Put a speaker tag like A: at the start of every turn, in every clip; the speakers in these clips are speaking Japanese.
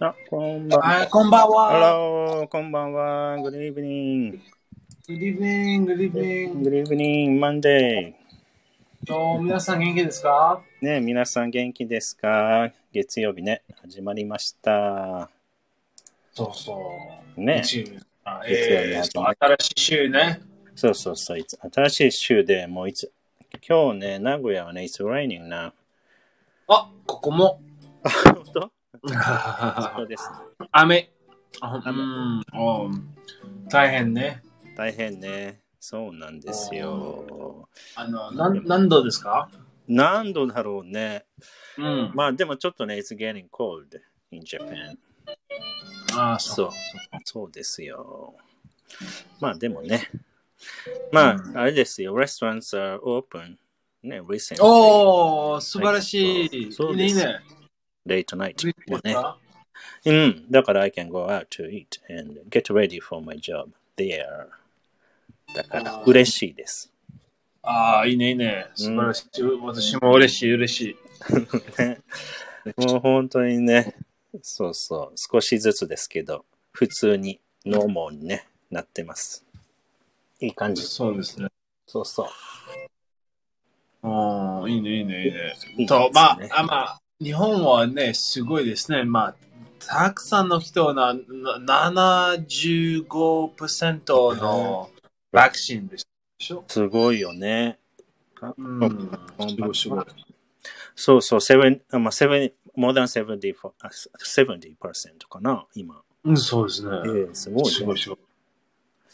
A: あ、こんばんは。
B: はい、こんばんは。
A: Hello, こんばんは。Good evening.
B: Good evening, good evening.
A: Good evening, Monday.
B: どうも皆さん元気ですか
A: ね皆さん元気ですか月曜日ね、始まりました。
B: そうそう。
A: ね
B: 日曜日あ
A: 月曜日
B: えー
A: 始
B: ちょ
A: ま
B: っ
A: り
B: と新しい週ね。
A: そうそうそう、いつ新しい週でもういつ、今日ね、名古屋はね、It's raining now.
B: あ、ここも。
A: 本当そうです。
B: 雨。あうんおう大変ね。
A: 大変ね。そうなんですよ。
B: あの、なん何度ですか
A: 何度だろうね。
B: うん。
A: まあでもちょっとね、It's getting cold in Japan.
B: ああ、
A: そ
B: そう
A: う。そうですよ。まあでもね。まあ、あれですよ。Restaurants are open. ね、recently.
B: おお、素晴らしい。
A: そう
B: いい
A: そう
B: ね。
A: late night. も
B: いい
A: ね
B: です。か
A: うん。だから I can go out to eat and get ready for my job there. だから
B: あー
A: 嬉しい です。
B: ああ、いいね、いいね。素晴らしい。私も嬉しい、嬉しい。
A: ねもう本当にね、そうそう、少しずつですけど、普通にノーモーに、ね、なってます。いい感じ。
B: そうですね。
A: そうそう。
B: ああ、いいね、いいね、いいね。
A: いい
B: と
A: で、す
B: ま
A: ね
B: あ、あまあ、日本はね、すごいですね。まあ、たくさんの人な、な75%のワクチンでしょ。
A: すごいよね。
B: うん
A: う
B: すごいすごい。
A: そうそう、セブン、あまあ、セブン、モーダンセブンディフォ、あ、セブンディパーセントかな、今。
B: うん、そうです
A: ええ
B: ね。
A: すごい、ね。
B: すごいすごい。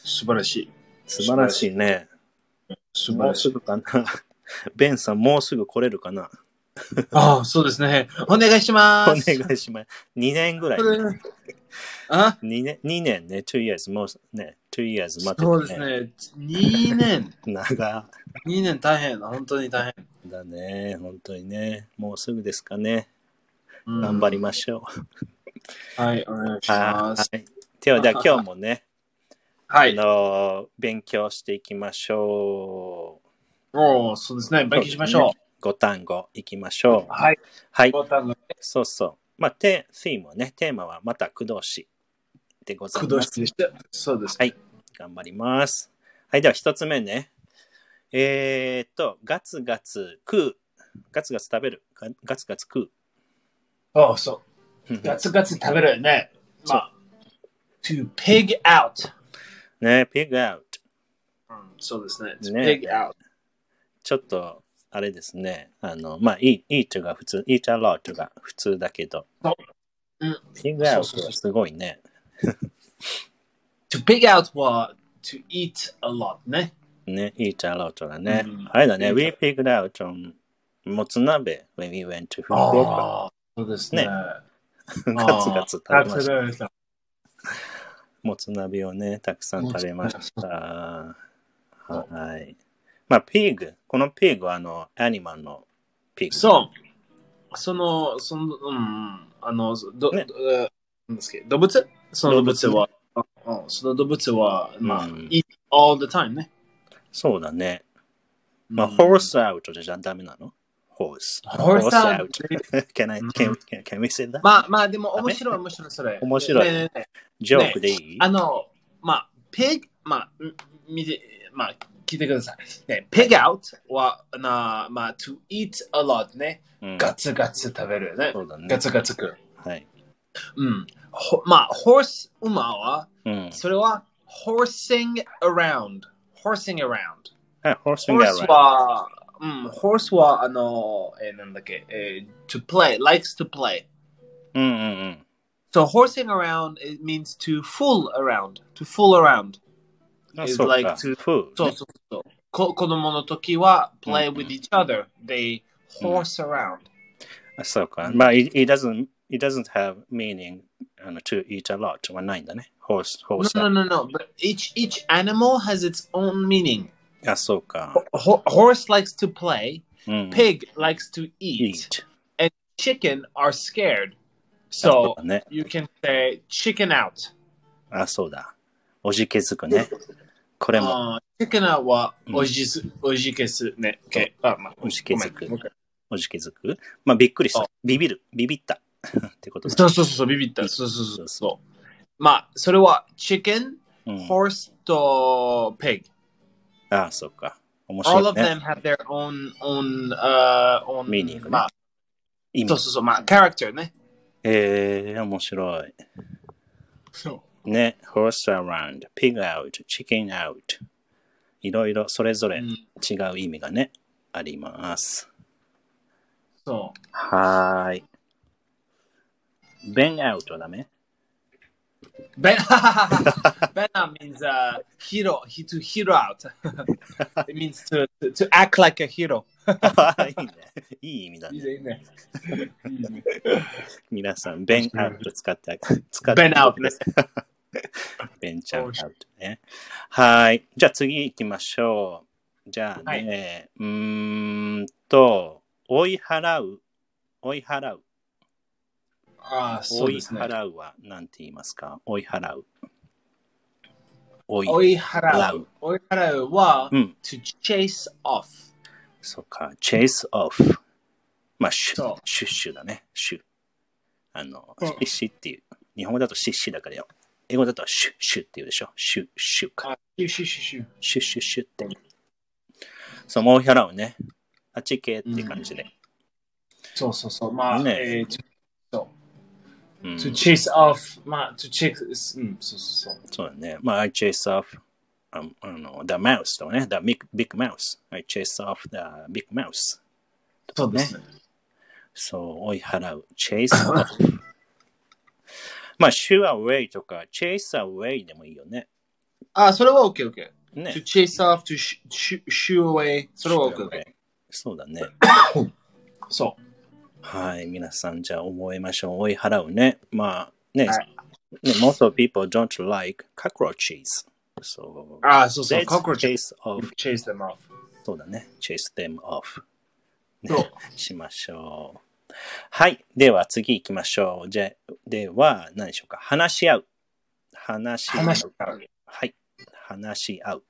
B: 素晴らしい。
A: 素晴らしいね。
B: 素晴
A: も
B: ら
A: う
B: し
A: す
B: い。
A: ぐかな。 ベンさん、もうすぐ来れるかな。
B: ああ、そうですね。お願いし
A: お
B: ま
A: 願
B: す。
A: いします。2年ぐらい、
B: こ
A: ね。
B: れあ
A: 2年、二年ね、2 years、もうね、2 years 待ってて、
B: そうです。ね。2年。
A: 長
B: 2年大変。本当に大変。
A: だね、本当にね。もうすぐですかね。
B: うん
A: 頑張りましょう。
B: はい、お願いし
A: は
B: ます。
A: い。では、じゃあ今日もね、
B: は
A: あ
B: い。
A: の、勉強していきましょう。
B: おーそうですね。勉強しましょう。
A: 5単語いきましょう。
B: はい。
A: はい。
B: ボタンが
A: そうそう。まあ、テーマはね、テーマはまた駆動詞でござい
B: 駆
A: ま
B: 動
A: す。
B: 式でした。そうです。
A: はい頑張ります。はい、では一つ目ね。えー、っと、ガツガツ食う。ガツガツ食べる。ガガツガツ食
B: おーそう。
A: う。
B: ガツガツ食べるよね。まあ、to pig out。
A: ね、ピグアウト。
B: うん、そうですね。to
A: ね
B: pig out。
A: ちょっと、あれですね。あの、まあ、eat eat が普通、eat a lot が普通だけど
B: そううん。
A: ピグアウ
B: そうそ
A: トは
B: うそう
A: すごいね。
B: to pig out は to eat a lot ね。
A: ね、eat a lot だね
B: うん。
A: あれだね、
B: eat
A: we pigged out on もつ鍋 when we went to 福岡。
B: ああ、そうですね。
A: ね
B: あ ー
A: ガツガツ食べました。
B: 食べた。
A: もつ鍋をね、たくさん食べました。
B: そう
A: はい。まあ、ピーグ。このピーグは、あの、アニマルのピーグ。
B: そう。その、その、うん、あの、ど、
A: ね
B: どえーなんですっけど、動物その動物は、うん、その動物は、まあ、
A: うん
B: eat all the time ね。
A: そうだね。まあ、
B: うん
A: ホースアウトじゃダメなのホース。
B: Horse out
A: can I, can, can, can we say that?
B: まあまあでも面白い面白いそれ。
A: 面白い
B: ねねね
A: ジョークでいい、
B: あの、まあ、pig、まあ、ん見て、まあ、聞いてください。ね、pig out は、な、まあ、to eat a lot ね。
A: うん
B: ガツガツ食べるね。
A: そうだね
B: ガ。ツガツ食う。
A: はい。
B: うん。ほまあ、horse、馬は、
A: うん。
B: それは、horsing around。horsing around。
A: はい、ホース
B: horse は、うん、horse は、あの、えーなんだっけ、えー to play, likes to play.
A: うんうんうん。
B: So horsing around it means to fool around. To fool around.
A: あ
B: It's
A: そうか。
B: like to-
A: food
B: そう
A: ね
B: そうそう。こ子供の時は play
A: うん
B: with each other. They horse around.
A: あそうか。
B: うん
A: まあ、it, it doesn't, it doesn't have meaning あの to eat a lot はないんだね。ホース、ホース。
B: No, no, no, no. But each each animal has its own meaning.
A: あ、そうか。
B: Ho- horse likes to play.
A: うん、
B: Pig likes to eat.
A: Mm. eat.
B: Chicken are scared.
A: そう
B: So
A: だね。
B: you can say chicken out.
A: あ、そうだ。おじけづくね。これも、
B: あー Uh, chicken out は
A: うん
B: おじす、おじけすね。o あ、まあ、
A: おじけづく
B: ごめん
A: おじけづく。まあ、びっくりした。ビビる。ビビった。 ってことだ
B: そうそうそう、ビビった。そうそうそうそう。まあ、それは、チキン、
A: うん、
B: ホースとペグ。
A: ああ、そっか。面
B: All
A: 白い
B: of
A: ね。
B: them have their own, own, uh, own
A: Meaning ね
B: まあ、
A: 意味
B: そうそうそう、まあ、キャラクターね。
A: えー、面白い。
B: そう。
A: ね、horse around, pig out, chicken out。いろいろそれぞれ
B: うん
A: 違う意味がね、あります。
B: そう
A: はーい。ben out はダメ
B: Ben, Benna means uh, hero, he, to hero out. it means to, to, to act like a hero.
A: いいね。いい意味だね。
B: ben
A: 皆さん、ben out 使って、 使って。
B: out ね。。
A: ベンチャーアウトね。はい。じゃあ次行きましょう。じゃあね、うーんと、追い払う。追い払う。
B: ああ、そ
A: 追
B: う
A: い
B: ですね。
A: 払うは何て言いますか追い払う。追い。
B: 追い払
A: 払
B: う
A: う。
B: 追い払うは、
A: うん。
B: to chase off。
A: そっか。chase off。まあ、シ
B: そう
A: ュシュッシュだね。シュ。あの、
B: うん
A: シッシっていう。日本語だとシッシだからよ。英語だとシュッシュっていうでしょ。シュッシュか。
B: あ、シュシュシュシュ。
A: シュッシュッシュって。そう、もう払うね。あっち系って感じで。
B: そうそうそう。まあ、
A: ね
B: えー、to-
A: うん
B: to chase off。まあ、to chase、うん、そうそうそう。
A: そうだね。まあ、I chase off ああの the mouse とかね。the big, big mouse. I chase off the big mouse.
B: そうですね。
A: そう、追い払う。chase off. まあ、shoo away とか chase away でもいいよね。
B: あ、それは OK、OK。
A: ね
B: to。chase off, to sh- sh- shoo away。それは OK、OK。
A: そうだね。
B: そう。
A: はい、皆さん、じゃあ覚えましょう。追い払うね。まあ、ね、
B: はい
A: ね most of people don't like cockroaches. So,
B: あ、そうそう、
A: let's
B: コクロチ
A: chase off.
B: chase them off。
A: そうだね。chase them off. ね
B: そう、
A: しましょう。はい。では、次行きましょう。じゃあでは、何でしょうか。話し合う。話し合う。
B: 話し合う。
A: はい。話し合う。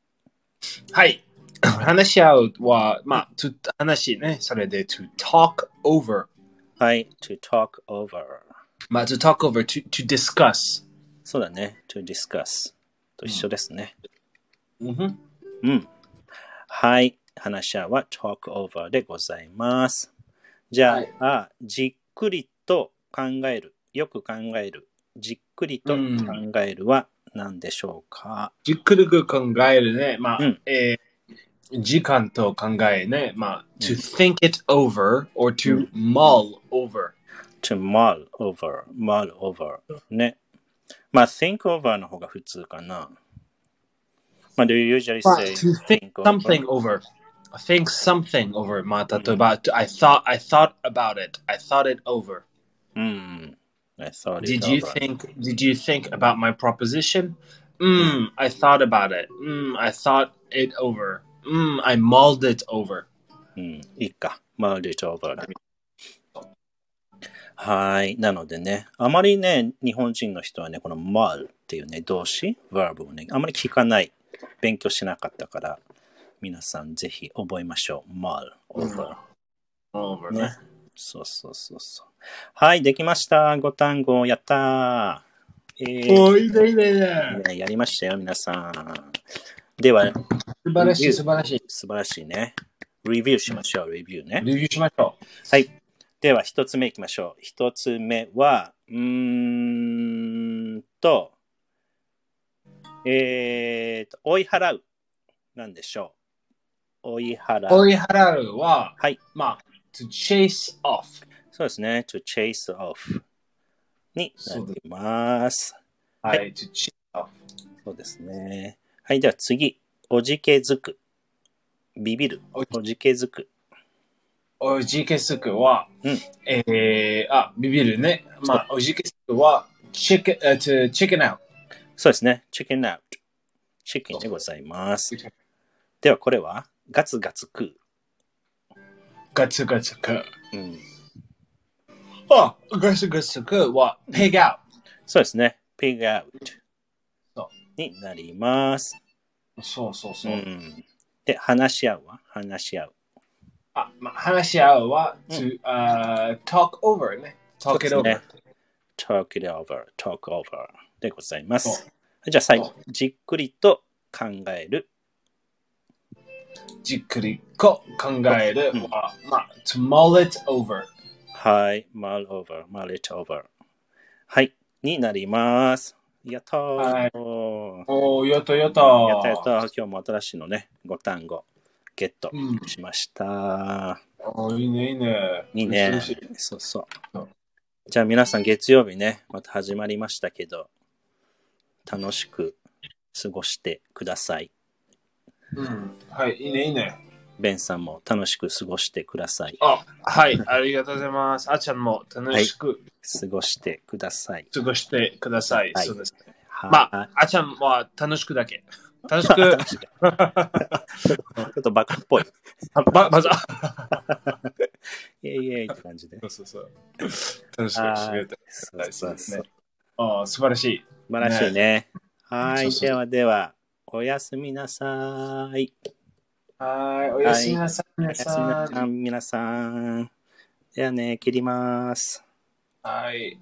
B: はい。話し合うは、まあ、to 話ね、それで to talk over。
A: はい。to talk over。
B: まあ、to talk over, to, to discuss。
A: そうだね。to discuss。と一緒ですね。
B: うんふん
A: うん。はい。話し合うは talk over でございます。じゃあ、
B: はい
A: あじっくりと考える。よく考える。じっくりと考えるは何でしょうか、
B: じっくりと考えるね。まあ、
A: うん
B: えー時間と考えね。まあ、to think it over or to mull over。
A: ?to mull over, mull over. ね。まあ、think over の方が普通かな。まあ、do you usually
B: まあ
A: say
B: to think something over. Mm-hmm. Think something over. まあ、例えば、I thought, I thought about it. I thought it over.
A: うん。I thought it
B: Did you
A: over.
B: think, did you think about my proposition? Mm, I thought about it. Mm, I thought it over. Mm, I mulled it over.
A: うん、いいか。マルチオーバーだ。はい。なのでね、あまりね、日本人の人はね、このマルっていうね、動詞、verb をね、あまり聞かない。勉強しなかったから、皆さんぜひ覚えましょう。マル、オーバ
B: Over.
A: ー。
B: ね
A: ね。そうそうそうそう。はい、できました。5単語、やったー。えー
B: おいいねいいねいいね
A: ねやりましたよ、皆さん。では、
B: 素晴らしい素晴らしい。
A: 素晴らしいね。レビューしましょう、レビューね。
B: レビューしましょう。
A: はい。では、一つ目いきましょう。一つ目は、うーんと、えーと、追い払う。なんでしょう。追い払う。
B: 追い払うは、
A: はい。
B: まあ、to chase off。
A: そうですね。to chase off になります。
B: はいい、to chase off。
A: そうですね。はい。では次。おじけづく。ビビる。
B: お
A: おじけづく。
B: おじけすくは、
A: うん
B: えー、あ、ビビるね。まあ、おじけすくは、chicken, uh, to chicken out。
A: そうですね。chicken out。チキンでございます。では、これはガツガツ食う。
B: ガツガツく。
A: うん
B: あ、ガツガツくは、pig out。
A: そうですね。pig out
B: そ
A: になります。
B: そうそう
A: う
B: そう。
A: ん、で、話し合うは話し合う。
B: あ、まあ、話し合うは、
A: うん
B: to、uh, talk over ね。 talk it
A: そうで
B: over.
A: すね talk it over, talk over でございます
B: そ。
A: じゃあ最後
B: そ、
A: じっくりと考える。
B: じっくりこ考える
A: うん
B: は、まあ、to mull it over。
A: はい、mull over, mull it over。はい、になります。やったー。
B: はい
A: おー
B: おー、やったやった。
A: やったやった。今日も新しいのね、5単語、ゲット
B: うん。
A: しました。
B: おーいいね、いいね。
A: いいね
B: 嬉しい。
A: そうそう
B: そう。
A: じゃあ皆さん月曜日ね、また始まりましたけど、楽しく過ごしてください。
B: うん。はい、いいね、いいね。
A: ベンさんも楽しく過ごしてください。
B: あ、はい、ありがとうございます。あちゃんも楽しく
A: 過ごしてください。
B: 過ごしてください。
A: はい
B: そうですね。
A: は
B: ま
A: い
B: あ、あちゃんは楽しくだけ。楽し く、
A: ちょっとバカっぽい。
B: ば、まず、
A: イエイイエイって感じで。
B: そうそうそう。楽しくしてくれて。
A: そうそうそう。素
B: あー素晴らしい。
A: 晴らしいね。は
B: そ
A: い。
B: うそうそう
A: ではでは、おやすみなさい。
B: はい、おやすみなさい。皆
A: おやすみ
B: さ
A: なんさい、皆さん。ではね、切ります。
B: はい。